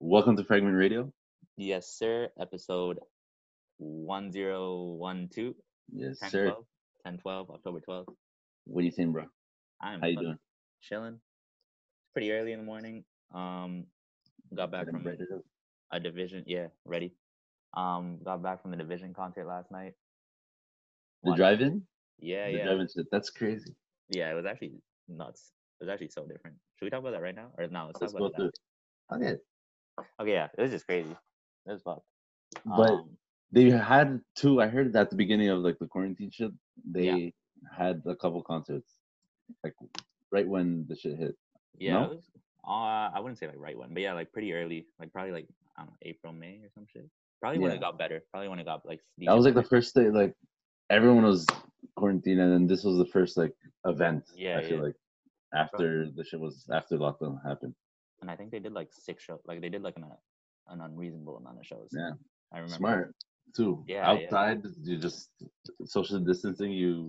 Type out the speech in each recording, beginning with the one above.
Welcome to Fragment Radio. Yes, sir. Episode 1012. Yes, 10 sir. 12, 10 12, October 12th. What are you saying, bro? I'm How you fucking doing? chilling. It's pretty early in the morning. Um, got back Getting from brighter up. a division. Yeah, ready. Um, got back from the division concert last night. The Watched- drive-in. Yeah, the yeah. drive-in shit. That's crazy. Yeah, it was actually nuts. It was actually so different. Should we talk about that right now? Or no, let's, Let's talk go about it through. after. it. Okay, Okay, yeah. It was just crazy. It was fucked. but Um, they had two. I heard at the beginning of like the quarantine shit, they had a couple concerts, like right when the shit hit. Yeah, No? it was, uh, I wouldn't say like right one, but yeah, like pretty early, like probably like I don't know, April, May or some shit. Probably when Yeah. it got better. Probably when it got like. That was like the decent first day, like everyone was quarantined, and then this was the first like event. Yeah, I feel yeah. like after the shit was after lockdown happened. better, And I think they did like six shows. Like they did like an uh, an unreasonable amount of shows. Yeah. I remember. Smart too. Yeah, yeah. Outside, you just social distancing. You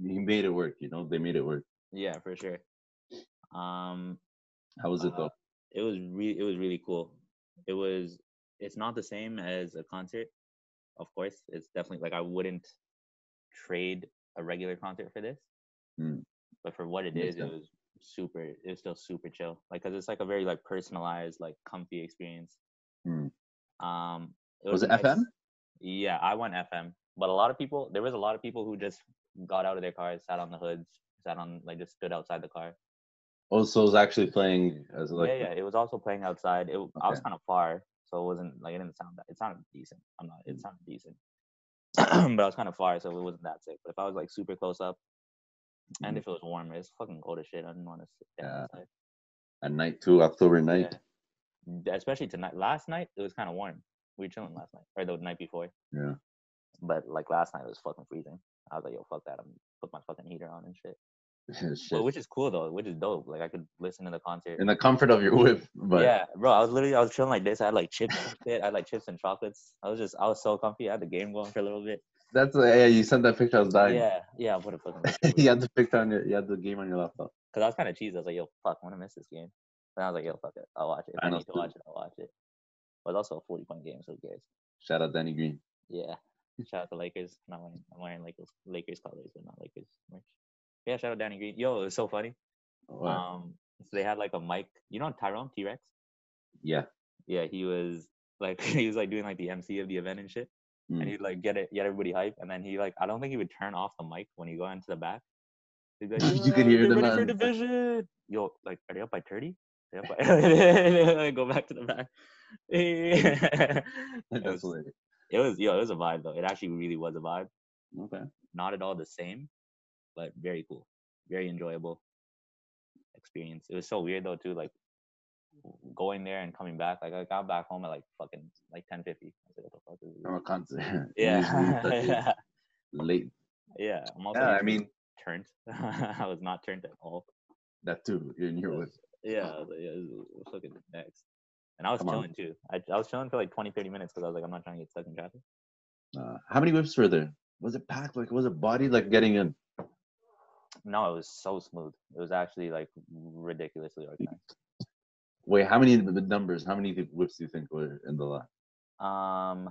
you made it work. You know they made it work. Yeah, for sure. Um, How was it Uh, though? it was really it was really cool. It was. It's not the same as a concert, of course. It's definitely like I wouldn't trade a regular concert for this. Mm. but for what it Makes is, it sense. was super. It was still super chill, like because it's like a very like personalized, like comfy experience. Mm. Um, Was a it FM? Yeah, I went FM, but a lot of people. There was a lot of people who just got out of their cars, sat on the hoods, sat on like just stood outside the car. Oh, so it was actually playing as like yeah, yeah. It was also playing outside. It, I was Okay. kind of far, so it wasn't like it didn't sound that. It sounded decent. I'm not. Mm. It sounded decent, but I was kind of far, so it wasn't that sick. But if I was like super close up, and Mhm. if it was warmer, it's fucking cold as shit. I didn't want to sit down Yeah. outside. at night too, October night. Yeah. Especially tonight. Last night it was kind of warm. We were chilling last night, or the night before. Yeah. But like last night it was fucking freezing. I was like, yo, fuck that. I'm put my fucking heater on and shit. Shit. But, which is cool though. Which is dope. Like I could listen to the concert. In the comfort of your whip, but yeah, bro. I was literally I was chilling like this. I had like chips and shit. I had like chips and chocolates. I was just I was so comfy. I had the game going for a little bit. that's a, yeah. You sent that picture. I was dying. Yeah, yeah. What a fucking. you had the picture on your. You had the game on your laptop. Because I was kind of cheesy. I was like, yo, fuck, I'm gonna miss this game. Then I was like, yo, fuck it. I'll watch it. If I, I know, need to too. watch it. I'll watch it. But it's also a 40 point game, so who cares? Shout out Danny Green. Yeah. Shout out to Lakers. I'm not wearing, I'm wearing Lakers Lakers colors, but not Lakers merch. Yeah, shout out Danny Green. Yo, it was so funny. Oh, Wow. Um, so they had like a mic. You know Tyrone T Rex? yeah. Yeah, he was like he was like doing like the MC of the event and shit. And Mm. he'd like get it, get everybody hype, and then he like I don't think he would turn off the mic when you go into the back. He'd be like, You could "Yeah, hear they're them ready for on- division. Yo, like are they up by thirty? They up by go back to the back. It That's was- hilarious. it was yo, it was a vibe though. It actually really was a vibe. Okay. not at all the same, but very cool, very enjoyable experience. It was so weird though too, like w- going there and coming back. Like I got back home at like fucking like ten fifty. I was like, what the fuck From is a this? Oh, concert. Usually such a Yeah, Late. yeah. I'm also Yeah. I usually mean turned. I was not turned at all. that too. You're in your whip. Yeah, I was like, yeah, this is what's fucking next. And I was Come on. chilling too. I, I was chilling for like 20, 30 minutes because I was like, I'm not trying to get stuck in traffic. Uh, how many whips were there? Was it packed? Like, was it body like getting in? No, it was so smooth. It was actually like ridiculously organized. Wait, how many the numbers? How many whips do you think were in the lot? Um,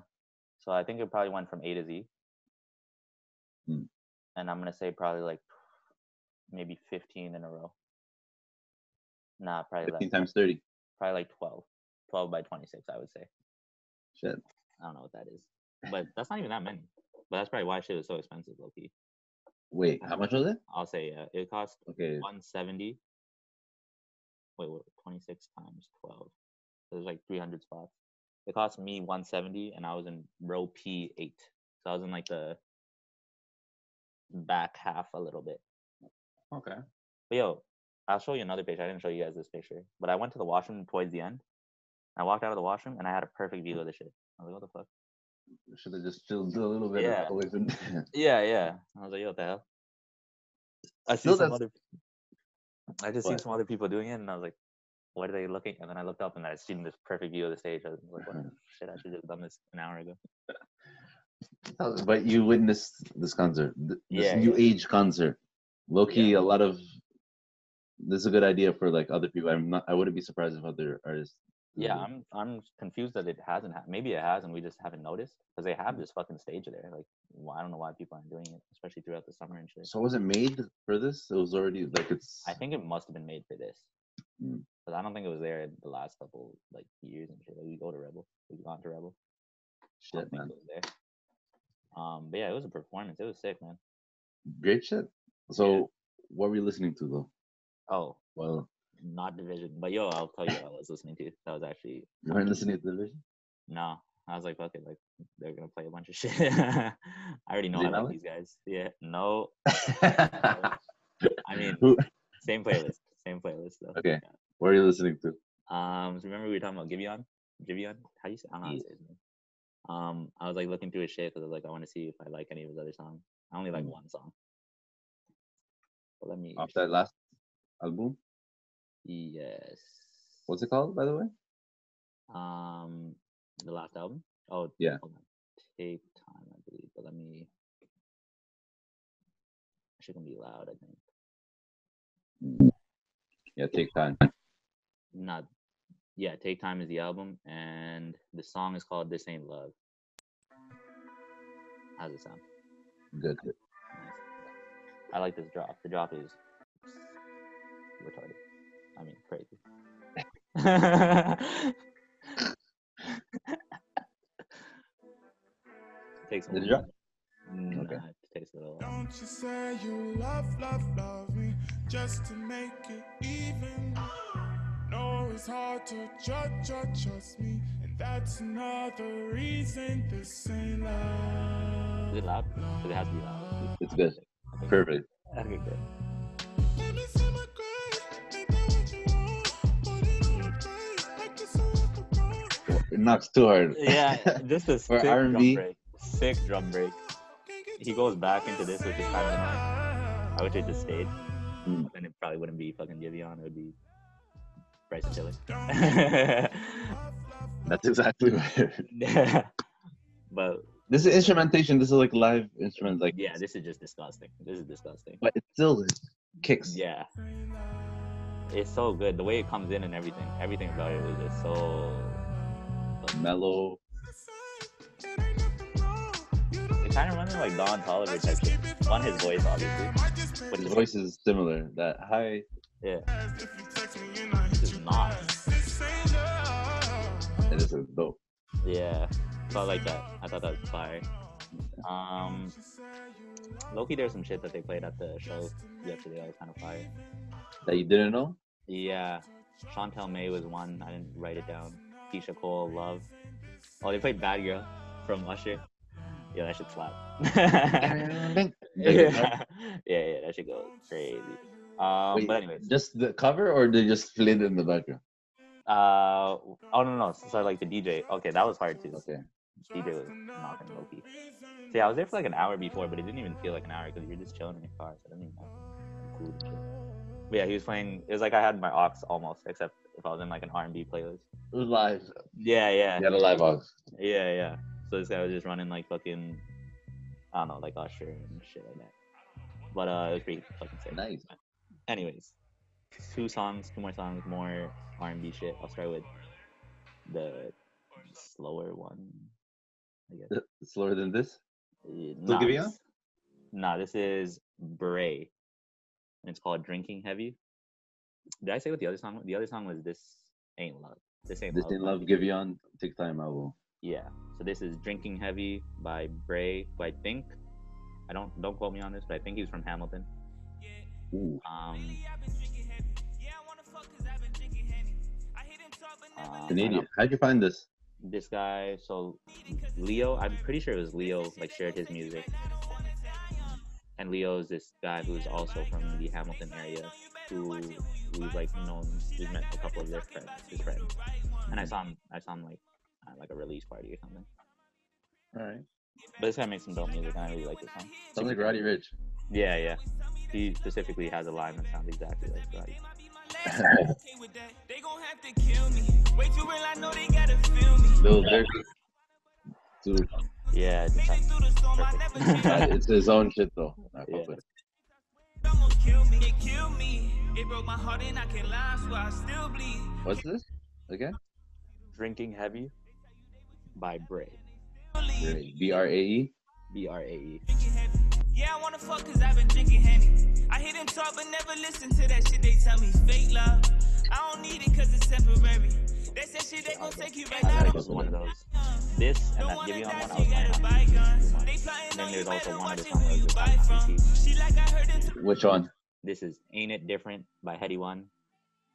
so I think it probably went from A to Z. Hmm. And I'm gonna say probably like maybe 15 in a row. Nah, probably 15 like, times 30. probably like 12, 12 by 26, I would say. Shit. I don't know what that is, but that's not even that many. But that's probably why shit was so expensive, low key. Wait, how much was it? I'll say yeah, it cost Okay. 170. Wait, what? 26 times 12. There's like 300 spots. It cost me 170, and I was in row P8. So I was in like the back half a little bit. Okay. But yo, I'll show you another picture. I didn't show you guys this picture, but I went to the washroom towards the end. I walked out of the washroom, and I had a perfect view of the shit. I was like, what the fuck? Should have just chilled a little bit Yeah. away from Yeah, yeah. I was like, yo, what the hell? I see No, some that's- other. I just seen What? some other people doing it, and I was like, "What are they looking?" And then I looked up, and I seen this perfect view of the stage. I was like, Mm-hmm. "What the shit? I should have done this an hour ago." But you witnessed this concert, th- this Yeah, new age concert. Low key, Yeah. a lot of this is a good idea for like other people. I'm not. I wouldn't be surprised if other artists. do Yeah, it. I'm I'm confused that it hasn't. Ha- Maybe it has, and we just haven't noticed because they Mm-hmm. have this fucking stage there. Like, wh- I don't know why people aren't doing it, especially throughout the summer and shit. So was it made for this? It was already like it's. I think it must have been made for this, Mm. because I don't think it was there the last couple like years and shit. Like, we go to Rebel, we've gone to Rebel. I shit, don't think man. it was there. Um, but yeah, it was a performance. It was sick, man. Great shit. So what were you listening to though? Oh, Well, not division, but yo, I'll tell you what I was listening to. That was actually you weren't listening to Division. No, I was like, fuck it, like they're gonna play a bunch of shit. I already know Did you I like not? these guys. Yeah, no, I mean Who- same playlist, same playlist though. Okay. what are you listening to? Um, so remember we were talking about Giveon? Giveon? How do you say? I don't know how to Yeah. say his name. Um, I was like looking through his shit because I was like, I want to see if I like any of his other songs. I only like Mm. one song. But let me. Off that last album? Yes. What's it called, by the way? Um, the last album. Oh, Yeah. hold on. Take time, I believe. But let me. She can be loud. I think Yeah, take time. not. Yeah, take time is the album, and the song is called "This Ain't Love." How's it sound? Good. Nice. I like this drop. The drop is retarded. I mean, crazy. takes a The little drop? Nah, Okay. it takes a little. Don't you say you love, love, love me just to make it even. No, it's hard to judge, judge, trust me. And that's another reason this ain't love. Is it loud? Because it has to be loud. It's good. Perfect. Okay, good. Let me see my grace, make that what you want. Put it on a plate, like it's so off the ground. It knocks too hard. Yeah, just a For sick drum R&B. break. Sick drum break. Can't get He to goes it, back into this, which is kind of annoying. I wish it just stayed. Hmm. Then it probably wouldn't be fucking Giveon. It would be Bryson Tiller. That's exactly what it is. but This is instrumentation. This is like live instruments. Like yeah, this is just disgusting. This is disgusting. but it still kicks. Yeah. It's so good. The way it comes in and everything. Everything about it was just so. Mellow. It kind of reminds me of, like Don Tolliver type shit. One, his voice, obviously. But His just, voice is similar. That high. yeah. If you text me and I hit This you is not. This ain't love. It is dope. Yeah, so I like that. I thought that was fire. Um, Loki, there's some shit that they played at the show yesterday. That was kind of fire. That you didn't know. Yeah, Chantel May was one. I didn't write it down. Keisha Cole, Love. Oh, they played Bad Girl from Usher. Yeah, that should slap. yeah. yeah, yeah, that should go crazy. Um, Wait, but anyways, Just the cover, or they just played it in the background. uh, oh no, no, so like the DJ. Okay, that was hard too. Okay. DJ was knocking Loki. So yeah, I was there for like an hour before, but it didn't even feel like an hour because you're just chilling in your car, so I didn't even have food and shit. But yeah, he was playing. It was like I had my aux almost, except if I was in like an R&B playlist. It was live. Yeah, yeah, You had a live box. yeah, yeah. So this guy was just running like fucking, I don't know, like Usher and shit like that. But uh, it was pretty fucking sick. Nice. Anyways, two songs, two more songs, more R&B shit. I'll start with the slower one. I guess. Slower than this. Uh, Look Nah, at me, huh? this- nah, this is Bray. And it's called Drinking Heavy. Did I say what the other song was? The other song was This Ain't Love. This Ain't This Love. in by- love. Give you on. Take time. I will. Yeah. So this is Drinking Heavy by Bray, who I think I don't don't quote me on this, but I think he's from Hamilton. Ooh. Um uh, Canadian. How'd you find this? this guy so leo i'm pretty sure it was leo like shared his music and leo's this guy who's also from the hamilton area who we've like known we've met a couple of their friends his friends and i saw him i saw him like at like a release party or something All right. but this guy makes some dope music and i really like this song Sounds like Roddy Rich. yeah yeah he specifically has a line that sounds exactly like that They gon' have to kill me. Way too real, I know they gotta feel me. Lil Durk. Dude, yeah it just Made it sounds through the storm, I never perfect. changed. it's his own shit though. I fuck Yeah. with it. Someone kill me, it kill me. It broke my heart and I can't lie, so I still bleed. What's this? Again? Drinking Heavy by Bray. B R A E. B R A E. Drinking heavy. Yeah, I wanna fuck cause I've been drinking Henny. I hear them talk but never listen to that shit they tell me. Fake love. I don't need it cause it's temporary. That's that shit they gon' take you right I now. like this one of those. This and Don't that wanna Giveon one die, I was so you playing gotta on buy guns. YouTube They too much. plotting Then on you, there's also better one watch other it song who that you was buy on from. ICT. She like I heard it. Which one? This is Ain't It Different by Heady One.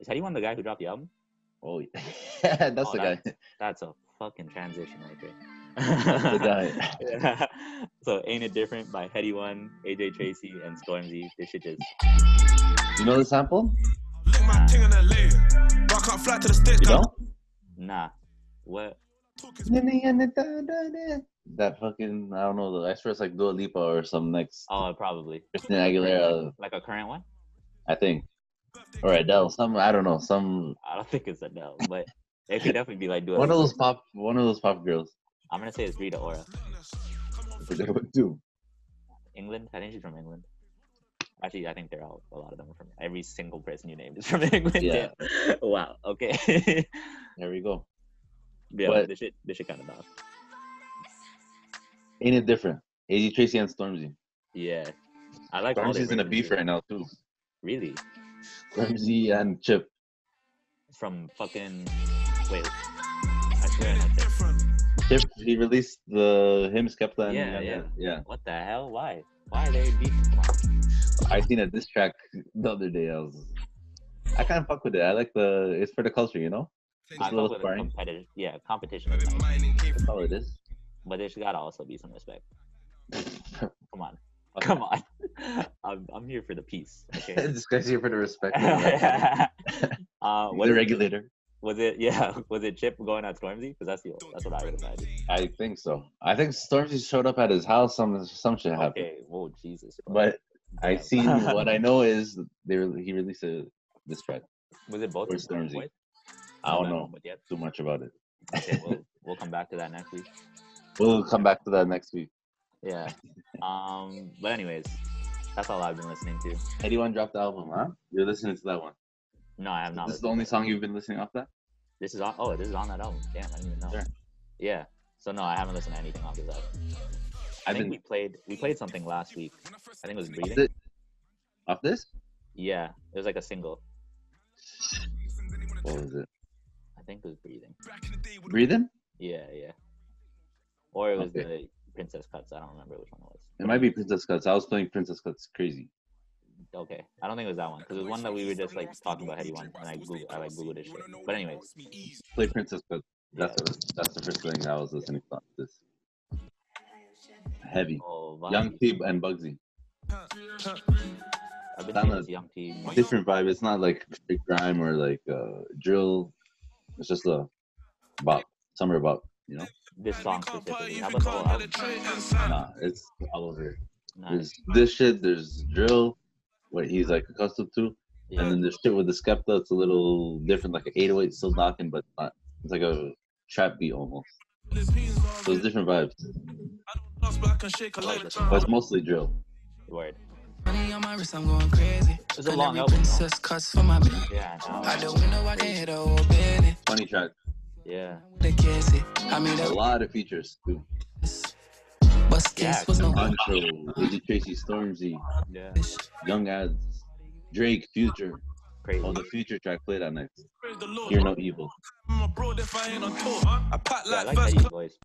Is Heady One the guy who dropped the album? Oh, yeah, that's Oh, the guy. That's a fucking transition right there. the guy. so Ain't It Different by Heady One, AJ Tracy, and Stormzy. This shit is You know the sample? Lick my ting in the layer. Rock up flat to the sticks. You don't? nah. What That fucking I don't know. I swear it's like Dua Lipa or some next oh probably. Christina Aguilera, Like a current one? I think, or Adele. Some I don't know. Some I don't think it's Adele, but it could definitely be like Dua one of Lipa. those pop, one of those pop girls. I'm gonna say it's Rita Ora. I forget what too. England? I think she's from England. Actually, I think they're all a lot of them are from every single person you named is from England. Yeah. yeah. Wow. Okay. There we go. yeah, But- this shit this shit kinda bad. Ain't it different? AD Tracy and Stormzy. Yeah. I like all their Stormzy's in a versions, beef dude. right now too. Really? Stormzy and Chip. From fucking wait. I swear I don't think. Different. Chip he released the him Skepta and Yeah, and- yeah. yeah. What the hell? Why? Why are they beefing? Come on. I seen a diss track the other day. I was I kind of fuck with it. I like the it's for the culture, you know. I little fuck with sparring. competitive yeah, competition is nice, That's all it is. but there's gotta also be some respect. Come on. Come on. I'm, I'm here for the peace. Okay. this guy's here for the respect. He's uh, was, the it, regulator. was it yeah? Was it Chip going at Stormzy? Because that's the that's what I would imagine. I think so. I think Stormzy showed up at his house. Some some shit happened. Okay. Whoa, Jesus. bro. But I Damn. seen what I know is they re- he released a diss track. was it both or of them? Stormzy. What? I don't Not know But yeah. too much about it. Okay, we'll, we'll come back to that next week. We'll come back to that next week. Yeah. Um. But anyways, that's all I've been listening to. Anyone dropped the album, huh? You're listening to that one. No, I have not. this is the listened only to song you've been listening off that. it. This is on. Oh, this is on that album. Damn, I didn't even know. Sure. Yeah. So no, I haven't listened to anything off this album. I, I've think been we played we played something last week. I think it was breathing. Thi- off this. Yeah, it was like a single. What was it? I think it was breathing. Breathing. Yeah, yeah. Or it was Okay. the Princess Cuts. I don't remember which one it was. It might be Princess Cuts. I was playing Princess Cuts crazy. Okay, I don't think it was that one because it was one that we were just like talking about heady one, and I Google, I like Googled this shit. But anyways, Play Princess Cuts. That's yeah. the, that's the first thing I was listening to. off This heavy. oh, Young Vasi. T and Bugsy. I've been Donna. seeing this Young T. more. Different vibe. It's not like big grime or like uh, drill. It's just a bop, summer bop. You know, This song specifically. How about the whole album? nah, it's all over. Nah, There's this shit. There's drill, what he's like accustomed to, yeah. and then there's shit with the Skepta. It's a little different, like an 808 still knocking, but not. It's like a trap beat almost. So it's different vibes, but it's mostly drill. Word. Money on my wrist, I'm going crazy. It's a long Culinary album. though. princess cuts for my baby. Yeah, I know. Out the window, I can hit a whole building. 20 tracks, yeah. The kids, it. I mean, a that lot of features too. was. What's Yeah, case was no Control, Izzy Tracy, Stormzy, Yeah. bitch. Young Ads, Drake, Future. Crazy. Oh, the future track play that next. Hear no evil. I pack Yeah, I like like first Eddie's voice.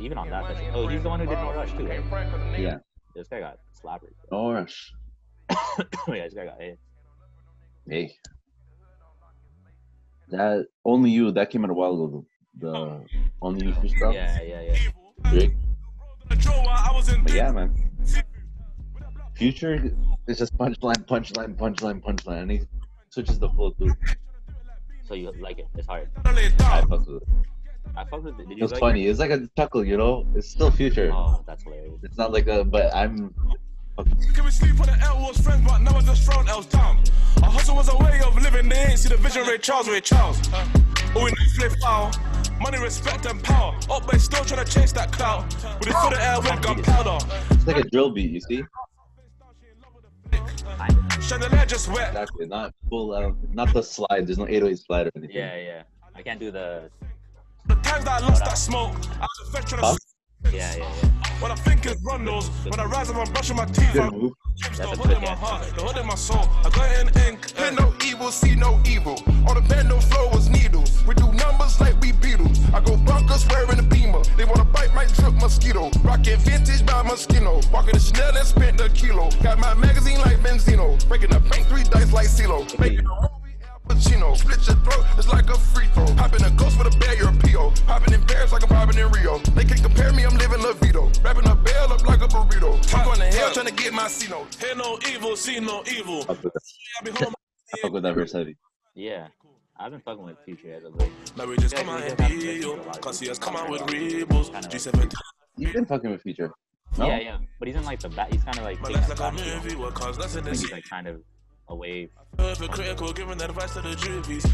Even on that, that shit. Oh, he's the one who did No Rush too. Right? Yeah. This guy got slappered. Orange. yeah, this guy got hit. Hey. That only you. That came out a while ago. The only you freestyle. Yeah, yeah, yeah. Drake. I was in But yeah, man. Future is just punchline, punchline, punchline, punchline. And he switches the flow through. So you like it? It's hard. I fuck with it. I fucked with it. Did you It's like funny. It's like a chuckle, you know. It's still It? future. Oh, that's hilarious. It's not like a. But I'm. Can we sleep on the L was friends, but now I just thrown L's down. A hustle was a way of living, they ain't see the vision, Ray Charles, Ray Charles. All we need flip out. Money, respect, and power. Up, but still trying to chase that clout. With it through the air with gunpowder. It's like a drill beat. You see. Kind of. Chandelier just wet. Exactly. Not full out. Not the slide. There's no 808 slide or anything. Yeah, yeah. I can't do the. The times that I lost that smoke, I was a veteran of Huh? Yeah, yeah, yeah. When I think it's Rondos, when I rise up, I'm brushing my teeth. Good I'm move. Dreams, the That's a hood in quick my answer. heart, the hood in my soul. I got it in ink. Hear no evil, see no evil. On the band, no flow was needles. We do numbers like we Beatles. I go bonkers wearing a beamer. They wanna bite my drip mosquito. Rockin' vintage by Moschino. Walking the Chanel and spent a kilo. Got my magazine like Benzino. Breaking the bank three dice like CeeLo. Making a movie Al Pacino. Split your throat, it's like a free throw. Hopping a ghost with a bear, you're a PO. Hopping in Paris like I'm popping in Rio. They can't compare me, I'm living La Vito. Wrapping a bell up like a burrito. I'm going to hell trying to get my C note. Hear no evil, see no evil. Fuck with that. I be home. I Fuck with that verse heavy. Yeah. I've been fucking with Future as of late. Now we just Yeah, come out we and just have to be listen you. to a lot of Cause he has people. come out with Kinda rebels. like- G7 You've been fucking with Future. No? Yeah, yeah. But he's in like the back. He's kind of like. My taking life's a like a back seat. movie, what cause nothing I to think see. he's like kind of away. Hypocritical, giving advice to the drippies.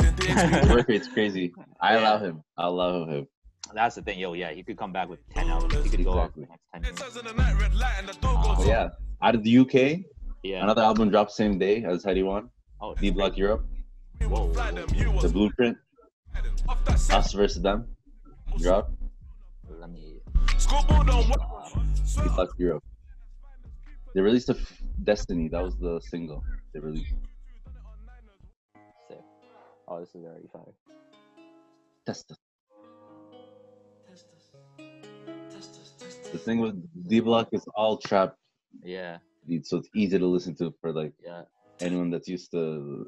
and dicks. His work rate's crazy. I allow him. I love him. That's the thing, yo. Yeah, he could come back with ten albums. He could go off for the next ten It years. says in the night red light and the door Oh, goes But yeah. Out of the UK, Yeah. another album dropped same day as Heidi One. Oh, D Block Europe. We will fly them, you will The Blueprint. fly them. Off that set, Us versus them. Drop. Let me. schoolboy don't want. D Block Europe. They released a f- Destiny. That was the single they released. Sick. Oh, this is already fire. Test us. The thing with D Block is all trap Yeah, beats, so it's easy to listen to for like yeah, anyone that's used to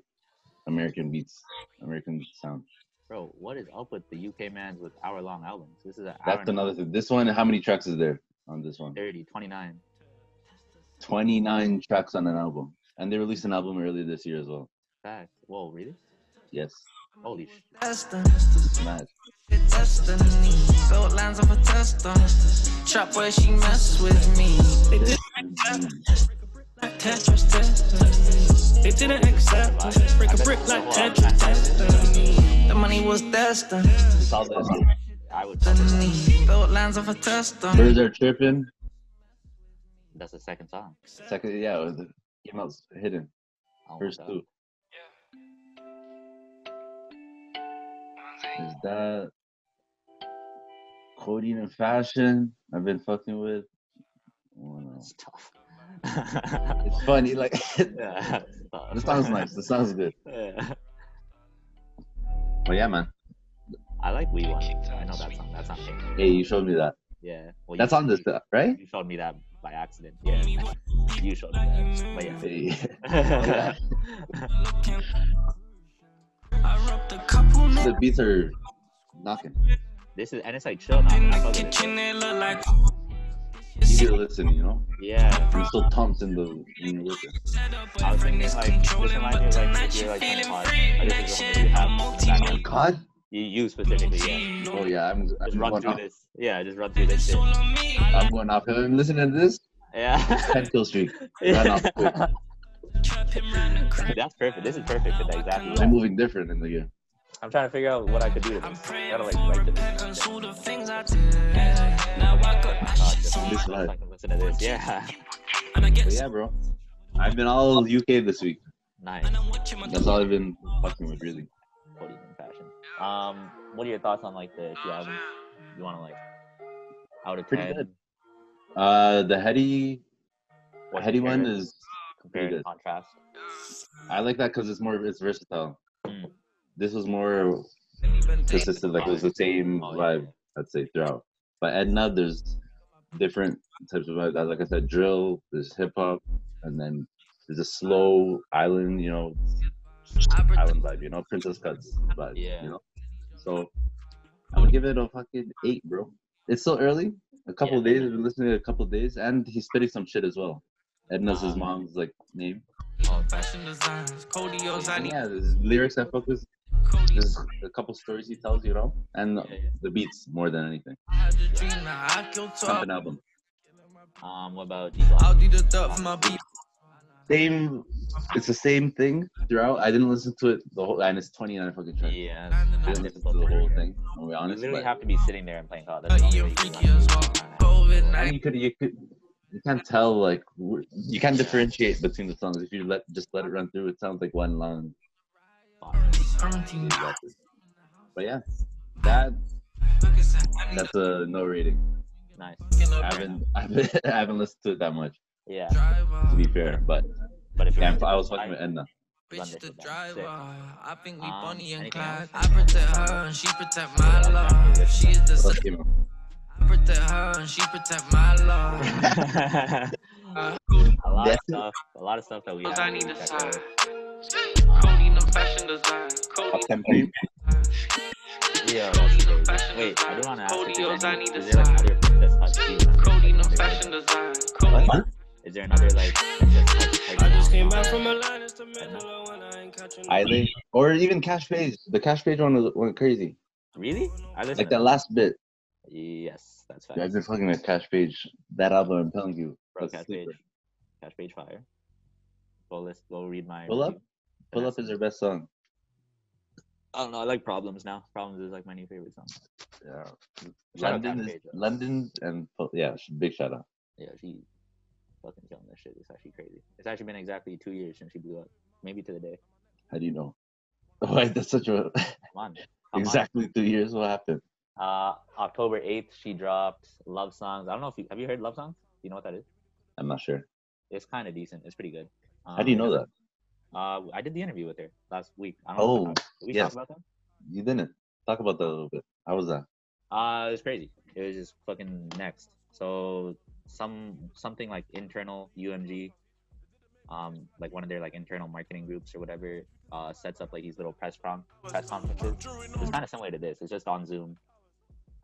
American beats, American sound. bro. What is up with the UK man's with hour-long albums? This is an hour That's and another thing. This one, how many tracks is there on this one? 30, 29. 29 tracks on an album. And they released an album earlier this year as well. Facts. Whoa, really? Yes. Holy sh! It's mad. Destiny, built lines of a tester. Trap where she mess with me. They didn't accept us. like Tetris destiny. They didn't accept us. Break a brick like Tetris destiny. The money was destined. It's all that. I would. Destiny, built lines of a tester. Birds are chirping. That's the second song. Second, yeah, it was- it came out hidden. Oh my First God. two. Is that coding and fashion? I've been fucking with. Oh, no. It's tough. It's funny, like this yeah, it's tough. sounds nice. This sounds good. Yeah. But yeah, man. I like We One. I know that song. That's on here. Hey, you showed me that. Yeah. Well, That's you- on this, uh, right? You showed me that by accident. Yeah. you showed me that. But yeah. Hey, yeah. I rubbed a couple the beats are knocking. this is and it's like chill now. in I fuck the with kitchen, it. they look like Easy to listen, you know. Yeah. I'm still pumped in the in the listen. I was thinking like this reminds me of like if you're like kind of hard. Like, this is what you have in the background. God. You you specifically. Yeah. Oh yeah, I'm Just I'm run going through off. this. Yeah. Just run through this shit. I'm going off. If I'm listening to this. Yeah. Ten kill streak. Run off quick. That's perfect. This is perfect for that exactly. I'm That. moving different in the game. I'm trying to figure out what I could do to this. I gotta like write to this. all the things I did. Now I got that Oh, shit just, so much. This just live. fucking listen to this. Yeah. And I get But yeah, bro. I've been all UK this week. Nice. That's all I've been fucking with, really. Cody and fashion. Um, what are your thoughts on like the two albums? You want to like out of Pretty ten? good. Uh, the heady, what heady compare one it- is compare pretty and good. contrast. I like that because it's more it's versatile. Mm. This was more consistent, like it was the same Oh, yeah. vibe. I'd say throughout. But Edna, there's different types of vibe. That, Like I said, drill, there's hip hop, and then there's a slow island, you know, island vibe, you know, Princess Cuts vibe, Yeah. you know. So I would give it a fucking eight, bro. It's still early. A couple Yeah. of days. I've been listening to it a couple of days, and he's spitting some shit as well. Edna's his Um, mom's like name. Fashion designs, Cody Ozani, Yeah, there's lyrics that focus. Cody. There's a couple stories he tells, you know, and Yeah, yeah. the beats more than anything. I had a dream that I killed Pump twelve. an album. Um, what about I'll D-Block? do the dirt for my beat. same it's the same thing throughout. I didn't listen to it the whole and it's twenty nine fucking tracks. Yeah, I that's didn't listen to difficult. the whole You thing, I'll be honest. literally But, E have to be sitting there and playing COD. That's Dirty all and you freaky as well. I COVID mean 19. you could you could you can't tell like wh- you can't differentiate between the songs if you let just let it run through. It sounds like one long. Quarantine. record. But yeah, that Look at that. I need that's a no rating. Nice. fucking I up. haven't I haven't, I haven't listened to it that much Yeah. to be Driver. fair, but But if yeah, into I was the fucking with vibe- Edna. Bitch, the Sick. driver. I think we Um, Bonnie and anything Clyde. else? I protect her and she protect my Yeah, love. She is the What sun. else came out? I protect her and she protect my love. a lot Yeah. of stuff. A lot of stuff that we Uh, Cause have. I need a sign. I don't need no fashion design. Cody, Uptown Creek? Yeah. Wait, I do want to ask. Cody if there's O's, I any- need a Is there like sign. other that's hot seat? Cody, no fashion design. Cody, What? Is there another like? that's hot seat? I just came back from Atlanta, it's the middle of when I ain't catching no- Island or even Cash Page. The Cash Page one was, went crazy. Really? I listen. Like to that last bit. that. Yes, that's Yeah, I've facts. been fucking with Cash Page. That album, I'm telling you. Bro, that's catch page. super. Catch page fire. Go list. Go read my. Pull Up? review. Pull Up is their best song. I don't know. I like problems now. Problems is like my new favorite song. Yeah. Shout out London, Cash is, Page, though. London and Pull- yeah, sh- big shout out. Yeah, she fucking killing this shit. It's actually crazy. It's actually been exactly two years since she blew up. Maybe to the day. How do you know? Why that's such a Come on. Come on. exactly two years. What happened? Uh, October eighth, she dropped Love Songs. I don't know if you have you heard Love Songs. Do you know what that is? I'm not sure. It's kind of decent. It's pretty good. Um, How do you know that? Uh, I did the interview with her last week. I don't know if I Oh, talked- did we yes. talk about that? You didn't talk about that a little bit. How was that? Uh, it was crazy. It was just fucking next. So some something like internal UMG, um, like one of their like internal marketing groups or whatever, uh, sets up like these little press com press conferences. It's kind of similar to this. It's just on Zoom.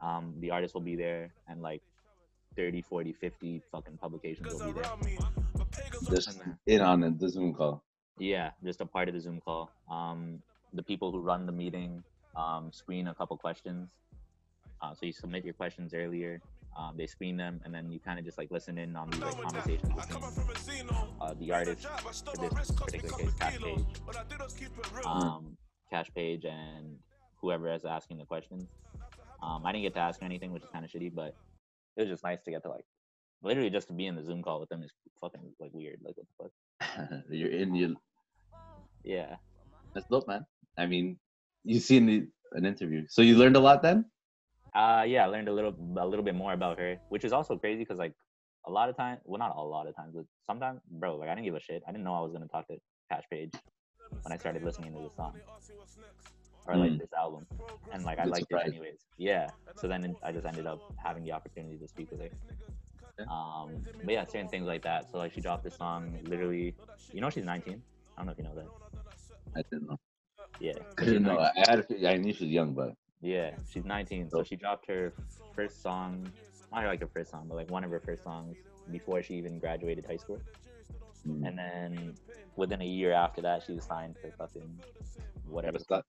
Um, the artist will be there, and like 30, 40, 50 fucking publications will be there. Just in on it, the Zoom call. Yeah, just a part of the Zoom call. Um, the people who run the meeting um, screen a couple questions. Uh, so you submit your questions earlier. Um, they screen them, and then you kind of just like listen in on these like conversations between uh, the artist, for this particular case, Cash Page, um, Cash Page, and whoever is asking the questions. Um, I didn't get to ask her anything, which is kind of shitty, but it was just nice to get to like literally just to be in the Zoom call with them is fucking like weird. Like what the fuck? You're in. You Yeah. that's dope, man. I mean, you seen the, an interview, so you learned a lot then. Uh, yeah, I learned a little a little bit more about her, which is also crazy because like a lot of times, well, not a lot of times, but sometimes, bro, like I didn't give a shit. I didn't know I was gonna talk to Cash Page when I started listening to this song or like Mm. this album, and like I Good liked surprise. it anyways. Yeah, so then I just ended up having the opportunity to speak with her. Yeah. Um, but yeah, certain things like that. So like she dropped this song literally. You know she's 19. I don't know if you know that. I didn't know. Yeah, I she's didn't know. 19. I, had. A, fe- I knew she was young, but Yeah, she's 19. So Dope. she dropped her first song, not like her first song, but like one of her first songs before she even graduated high school. mm, And then within a year after that, she was signed to fucking whatever. Travis Scott.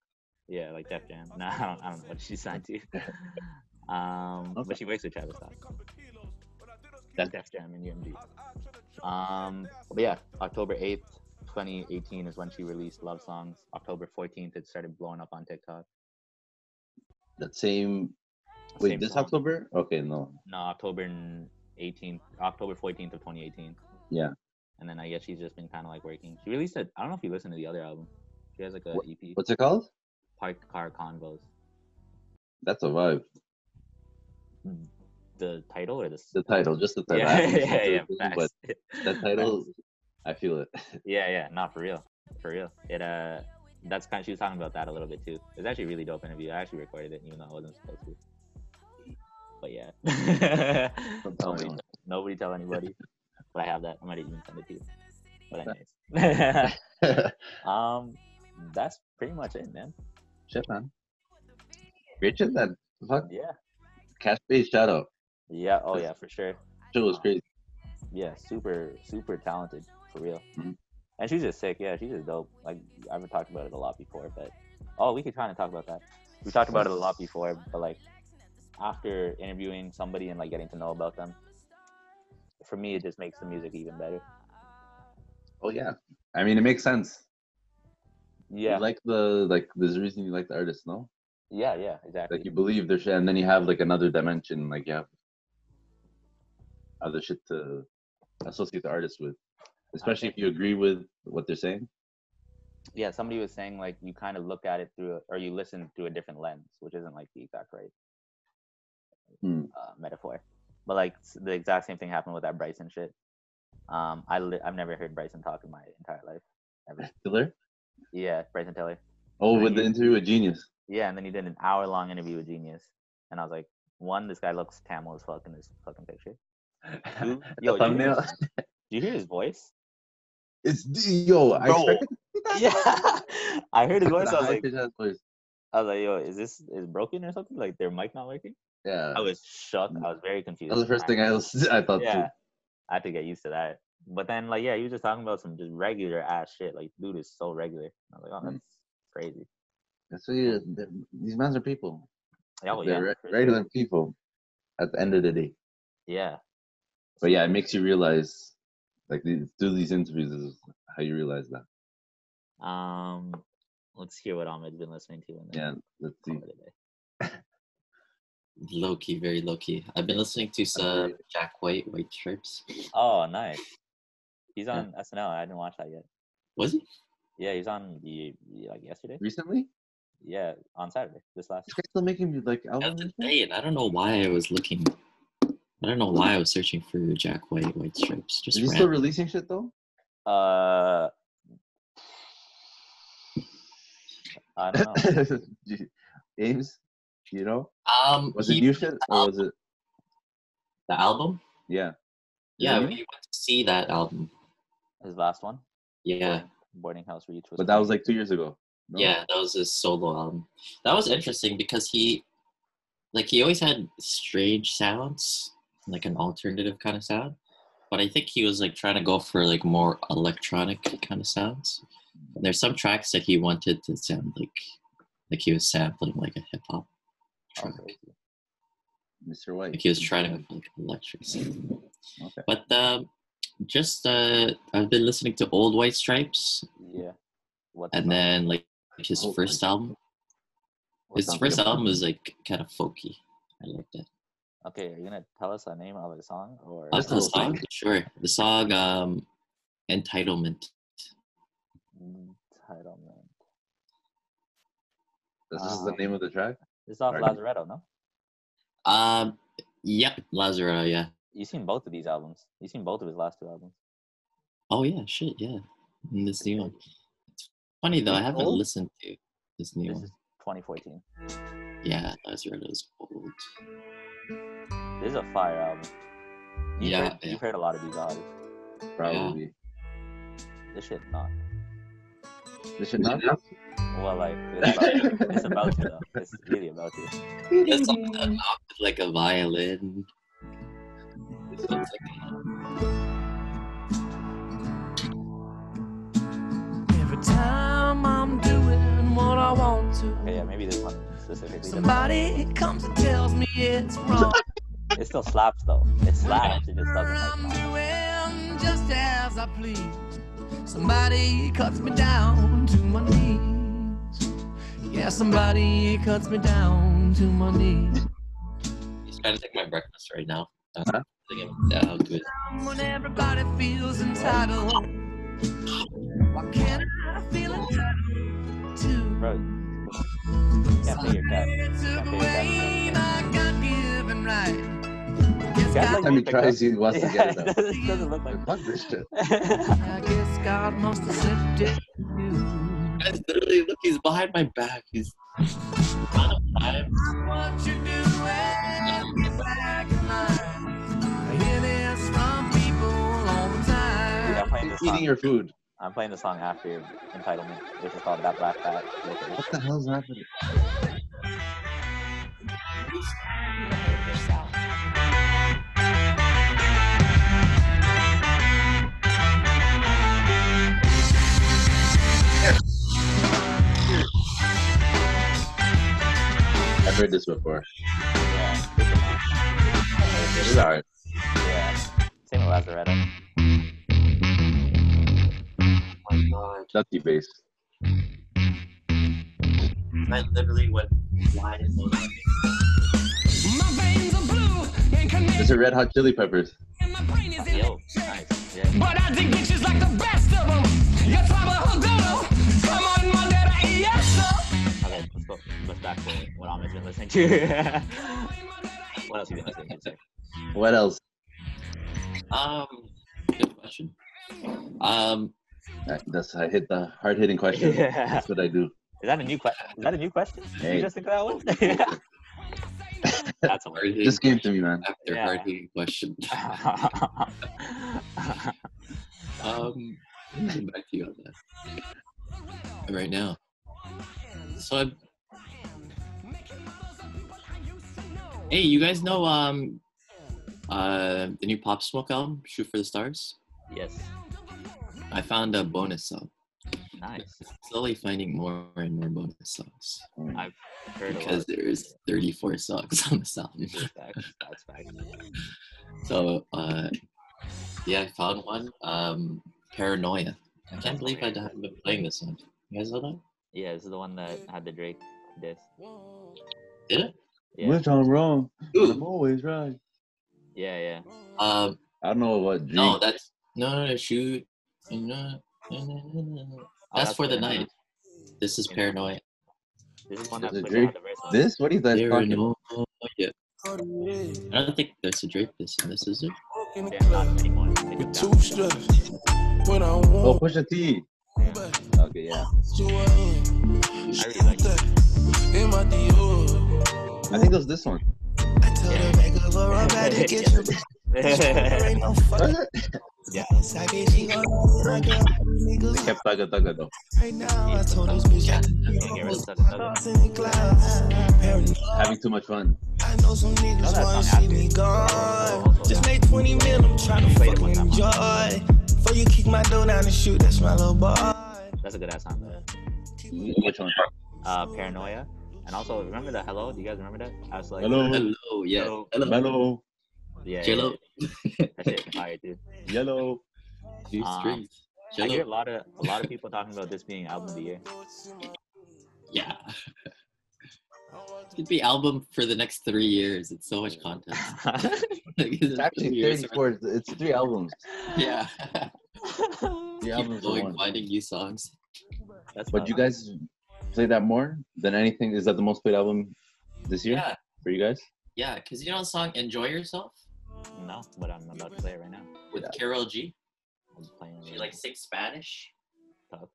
Yeah, like Def Jam. No, I don't, I don't know what she's signed to. um, But she works with Travis Scott. That- Def Jam and UMG. Um, but yeah, October 8th, 2018 is when she released Love Songs. October 14th, it started blowing up on TikTok. that same. Wait, Same this song. October? Okay, no. No, October n- 18th, October 14th of 2018. Yeah. And then I guess she's just been kind of like working. She released it. I don't know if you listened to the other album. She has like a EP, What's it called? Parked Car Convos. That's a vibe. The title or the s- The title, just the title. I yeah, haven't yeah, yeah, listened to it, facts. but that title, I feel it. Yeah, yeah, not for real, for real. It uh, that's kind. Of, she was talking about that a little bit too. It's actually a really dope interview. I actually recorded it, even though I wasn't supposed to. But yeah, Don't tell nobody, anyone. nobody tell anybody. but I have that. I might even send it to you. But anyways, um, that's pretty much it, man. shit, man. Great shit, then. Fuck, Yeah, Cash Page shout out. yeah, oh yeah, for sure. Shit was crazy. yeah, super, super talented for real. Mhm. And she's just sick. Yeah, she's just dope. Like I haven't talked about it a lot before, but oh, we could kind of talk about that. We talked about it a lot before, but like after interviewing somebody and like getting to know about them, for me, it just makes the music even better. Oh yeah. I mean, it makes sense. Yeah, You like the like. There's a reason you like the artist, no? yeah, yeah, exactly. Like you believe their shit, and then you have like another dimension. Like you have other shit to associate the artist with, especially if you agree with what they're saying. yeah, somebody was saying like you kind of look at it through, a, or you listen through a different lens, which isn't like the exact right Hmm. uh, metaphor, but like s- the exact same thing happened with that Bryson shit. Um, I li- I've never heard Bryson talk in my entire life. Ever. Taylor? Yeah, Bryson Taylor. Oh, Uh, with the you- interview with Genius. Yeah, and then he did an hour long interview with Genius, and I was like, one, this guy looks Tamil as fuck in this fucking picture. Two, yo, did you hear thumbnail. his- did you hear his voice? It's yo, I Bro, expected yeah, I heard his voice. the I was high like, pitch ass voice. I was like, yo, is this is broken or something? Like their mic not working? Yeah, I was shocked. I was very confused. that was the first thing I was, I thought. Yeah, Too. I had to get used to that. But then, like, yeah, you were just talking about some just regular ass shit. Like, dude is so regular. I was like, oh, Mm. that's crazy. That's what you. These men are people. Like, oh, yeah, They're for re- sure. regular people. At the end of the day, Yeah, but yeah, it makes you realize, like these- through these interviews, is how you realize that. Um, let's hear what Ahmed's been listening to. And then Yeah, let's see. call it a day. Low key, very low key. I've been listening to some Jack White, White Stripes. Oh, nice. He's on SNL. I didn't watch that yet. Was it? Yeah, he's on the like yesterday. Recently, Yeah, on Saturday. This last. this guy's still making mu- like That's albums. and shit? insane. I don't know why I was looking. I don't know why I was searching for Jack White, White Stripes. Is Just he still random. releasing shit though? Uh, I don't know. Gee, Ames, you know, um, was he- it new shit or was it? the album? Yeah, Yeah, Yeah. we went to see that album. His last one, Yeah, Boarding House Reach, was. but that was like two years ago. no? yeah, that was his solo album. That was interesting because he, like, he always had strange sounds, like an alternative kind of sound. But I think he was like trying to go for like more electronic kind of sounds. And there's some tracks that he wanted to sound like, like he was sampling like a hip hop Oh, track. crazy. Mr. White. Like he was trying to make electric sound. Okay. But um, just uh, I've been listening to Old White Stripes Yeah. What the and fuck? then like his Old first album. What His sounds first like a- album was like kind of folky. I liked it. Okay, are you gonna tell us the name of the song or? I'll That's tell the cool. song sure. The song um, "Entitlement." Mm, Entitlement. This is the Um, name of the track. This is off Pardon? Lazaretto, no? Um, yep, Lazaro. Yeah. You've seen both of these albums. You've seen both of his last two albums. Oh yeah, shit. Yeah, and this new one. It's funny though. I haven't Old? listened to this new This one. is 2014. Yeah, Lazaro is old. This is a fire album. You've Yeah, heard, yeah. you've heard a lot of these albums. Probably. This shit not. This should not. Well, like it's about to. It's about to though. It's really about to. It's like a knock with like a violin. So it's like Every time I'm doing what I want to, Okay, yeah, maybe this one specifically. doesn't. somebody comes and tells me it's wrong. It still slaps though. It slaps. It just doesn't. I'm Like, that. doing just as I please. Somebody cuts me down to my knees. Yeah, somebody cuts me down to my knees. he's trying to take my breakfast right now. Huh? Yeah, I'll do it. When everybody feels entitled, why can't I feel entitled too? bro, can't play your cat. Can't took play your away cat. my God-given right. That's Guess God- Every time he Picked up. tries, he wants to Yeah, get it it up. doesn't, it doesn't look like. Fuck this shit. I guess God must have sent it to you. Guys, literally, look, he's behind my back. He's out of time. What you do is back in line. I hear this from people all the Dude, I'm time. playing He's this eating song. your food. I'm playing the song after Entitlement, which is called That Black Bat. Look at What the hell's happening? I've heard this before. This is alright. Yeah. Same with Lazaretto. Oh my god. Ducky bass. I literally went flying over. My veins are blue and This connected is Red Hot Chili Peppers. in my brain is in Yo, nice. But I dig bitches like the best of them. Your time of Hodoro. Come on, my dad, I eat your soul. Okay, let's go. Let's back to what Ahmed's been listening to. what else have you been listening to? sir? What else? Um, good question. Um, That- That's I hit the hard hitting question. Yeah. That's what I do. Is that a new question? Is that a new question? Did Hey. you just think of that one? That's hilarious. hard-hitting Just came to me, man. after Yeah. hard hitting question. Um, I'll come back to you on that right now. So I'm. Hey, you guys know um, uh, the new Pop Smoke album, Shoot for the Stars? yes. I found a bonus song. Nice. Slowly finding more and more bonus songs I've heard a lot. because there's 34 songs on this album. That's facts. That's facts. So uh, yeah, I found one. Um, Paranoia. I can't believe I haven't been playing this one. You guys know that? Yeah, this is the one that had the Drake diss. Did it? Yeah. Which I'm wrong. I'm Ooh. always right. Yeah, yeah. Oh, Um, I don't know what drink. Mm. No, that's no, no, shoot. No, no, no, no, no, no. That's for the Oh, Paranoia. night. This is paranoia. This is one that Is it put Drake? out the verse. on- this? What are you guys talking about? Paranoia. I don't think there's a Drake this in this, is there? They're not anymore. They took down. strips when I Oh, want push a T. back Okay, yeah. you in. I really like it. In my Dior, I think it was this one. I tell the make of a rubber to get you. There ain't no fucking second. She gon' know that I got niggas Kept thugga thugga though. right now. I told this bitch I Can't get rid of Thugga Thugga. was in the clouds. Paranoid. Having too much fun. I know some No, niggas that's wanna not see after. me Oh, gone. also Just that. made 20 mil, I'm tryna Wait a fucking minute, enjoy. Before you kick my door down and shoot, that's my little boy. That's a good ass song. though. Which one? Uh, Paranoia. And also, remember the Hello? Do you guys remember that? I was like, Hello, Hello, yeah. Hello. Hello. mellow, Yeah. yeah, Jello. yeah. That shit fire, dude. yellow. These Um, strings. I hear a Jello. lot of a lot of people talking about this being album of the year. Yeah. It'd be album for the next three years. It's so much content. Like, it's It's actually three years 34. It's three albums. worth. Yeah. Three Keep albums in going, one. finding new songs. That's But wild. you guys play that more than anything. Is that the most played album this year Yeah, for you guys? yeah. Cause you know the song "Enjoy Yourself" No, but I'm about to play it right now. with Yeah. Carol G. I'm playing. She like sings Spanish. Tough.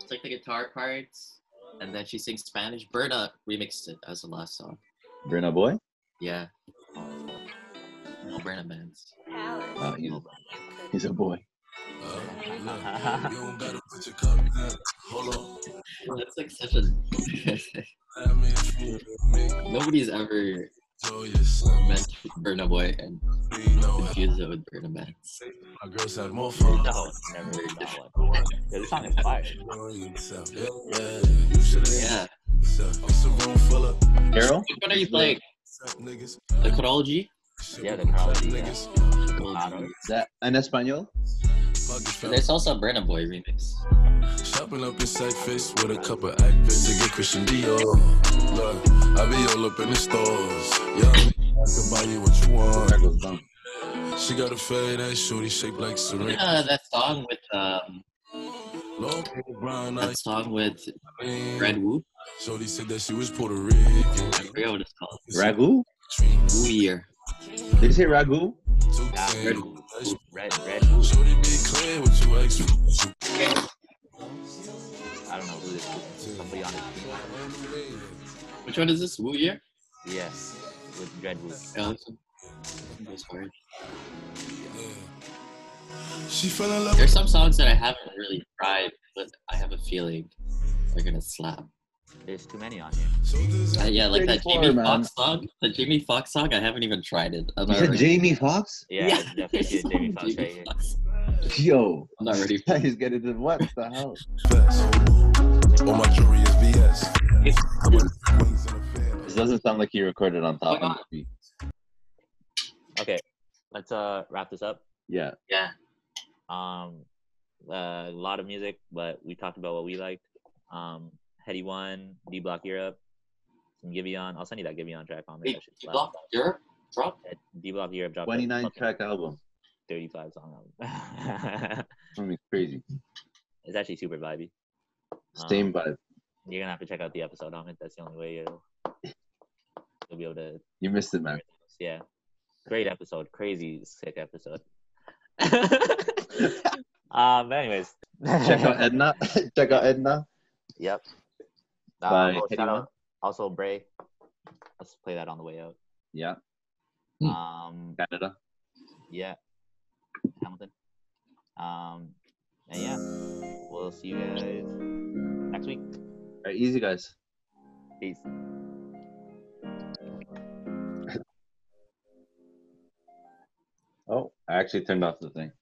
It's like the guitar parts, and then she sings Spanish. Berna remixed it as the last song. Burna Boy. Yeah. No Berna bands. Uh, he's, he's a boy. don't gotta put your cup down. Hold on. That's like such a. Let me feel me. Nobody's ever Show you something. mentioned Berna Boy and You know it. confused it with Berna bands. My girls had more fun. No, never heard that one. Yeah, this song is fire. Knowing yourself. Yeah, yeah. You should've Yeah. yourself. It's a room full of Carol. Which one are you playing? suck niggas. The Carol G? Yeah, the crowd. Suck Yeah. niggas. I don't- That en español. Fuck is And There's also a Berna Boy remix. Shopping up in side face with a couple actors to get Christian Dior. Look, I be all up in the stores. Yeah, I can buy you what you That want. goes down. She got a fade ass shorty shaped like Serena. Uh, that song with um, Long brown that eyes. song with lean. Red Whoop. Shorty said that she was Puerto Rican. I forget what it's called. Ragu. Woo Year. Did you say ragu? Two Yeah, ten. red, Whoop, red, red. Whoop. Shorty be clear what you ask for. I don't know who this is. Somebody on his team. Which one is this? Woo Year? Yeah, with Dread Whoop. Yeah, that's one. That's hard. She fell in love There's some songs that I haven't really tried, but I have a feeling they're gonna slap. There's too many on here. shoulders. Uh, yeah, like that 34, Jamie man. Foxx song. The Jamie Foxx song. I haven't even tried it. I'm You not said ready. Jamie Foxx? Yeah, it's definitely there's shit, Jamie some Foxx right Jamie here. Foxx. Yo. I'm not ready. For it. He's getting to what the hell? All my jewelry is BS. Wings in a fan. This doesn't sound like he recorded on top of the beat. Okay, let's uh wrap this up. Yeah. Yeah, Um, uh, a lot of music, but we talked about what we liked. Um, Heady One, D Block Europe, some Gibeon. I'll send you that Gibeon track on there. Hey, That shit's you loud. block Europe. Drop it. Deep Love Europe dropped a 29 fucking track album. 35 song album. Gonna be crazy. it's actually super vibey. Um, Same vibe. You're gonna have to check out the episode on it. That's the only way you'll, you'll be able to. You missed it, man. Yeah, great episode, crazy sick episode. um, but anyways, Check out Edna. Check out Edna. Yep. By Um, oh, shout anyone? out also Bray. Let's play that on the way out. Yeah. Hmm. Um, Canada. yeah, Hamilton. Um, and yeah, we'll see you guys next week. All right, easy guys. Peace. Oh, I actually turned off the thing.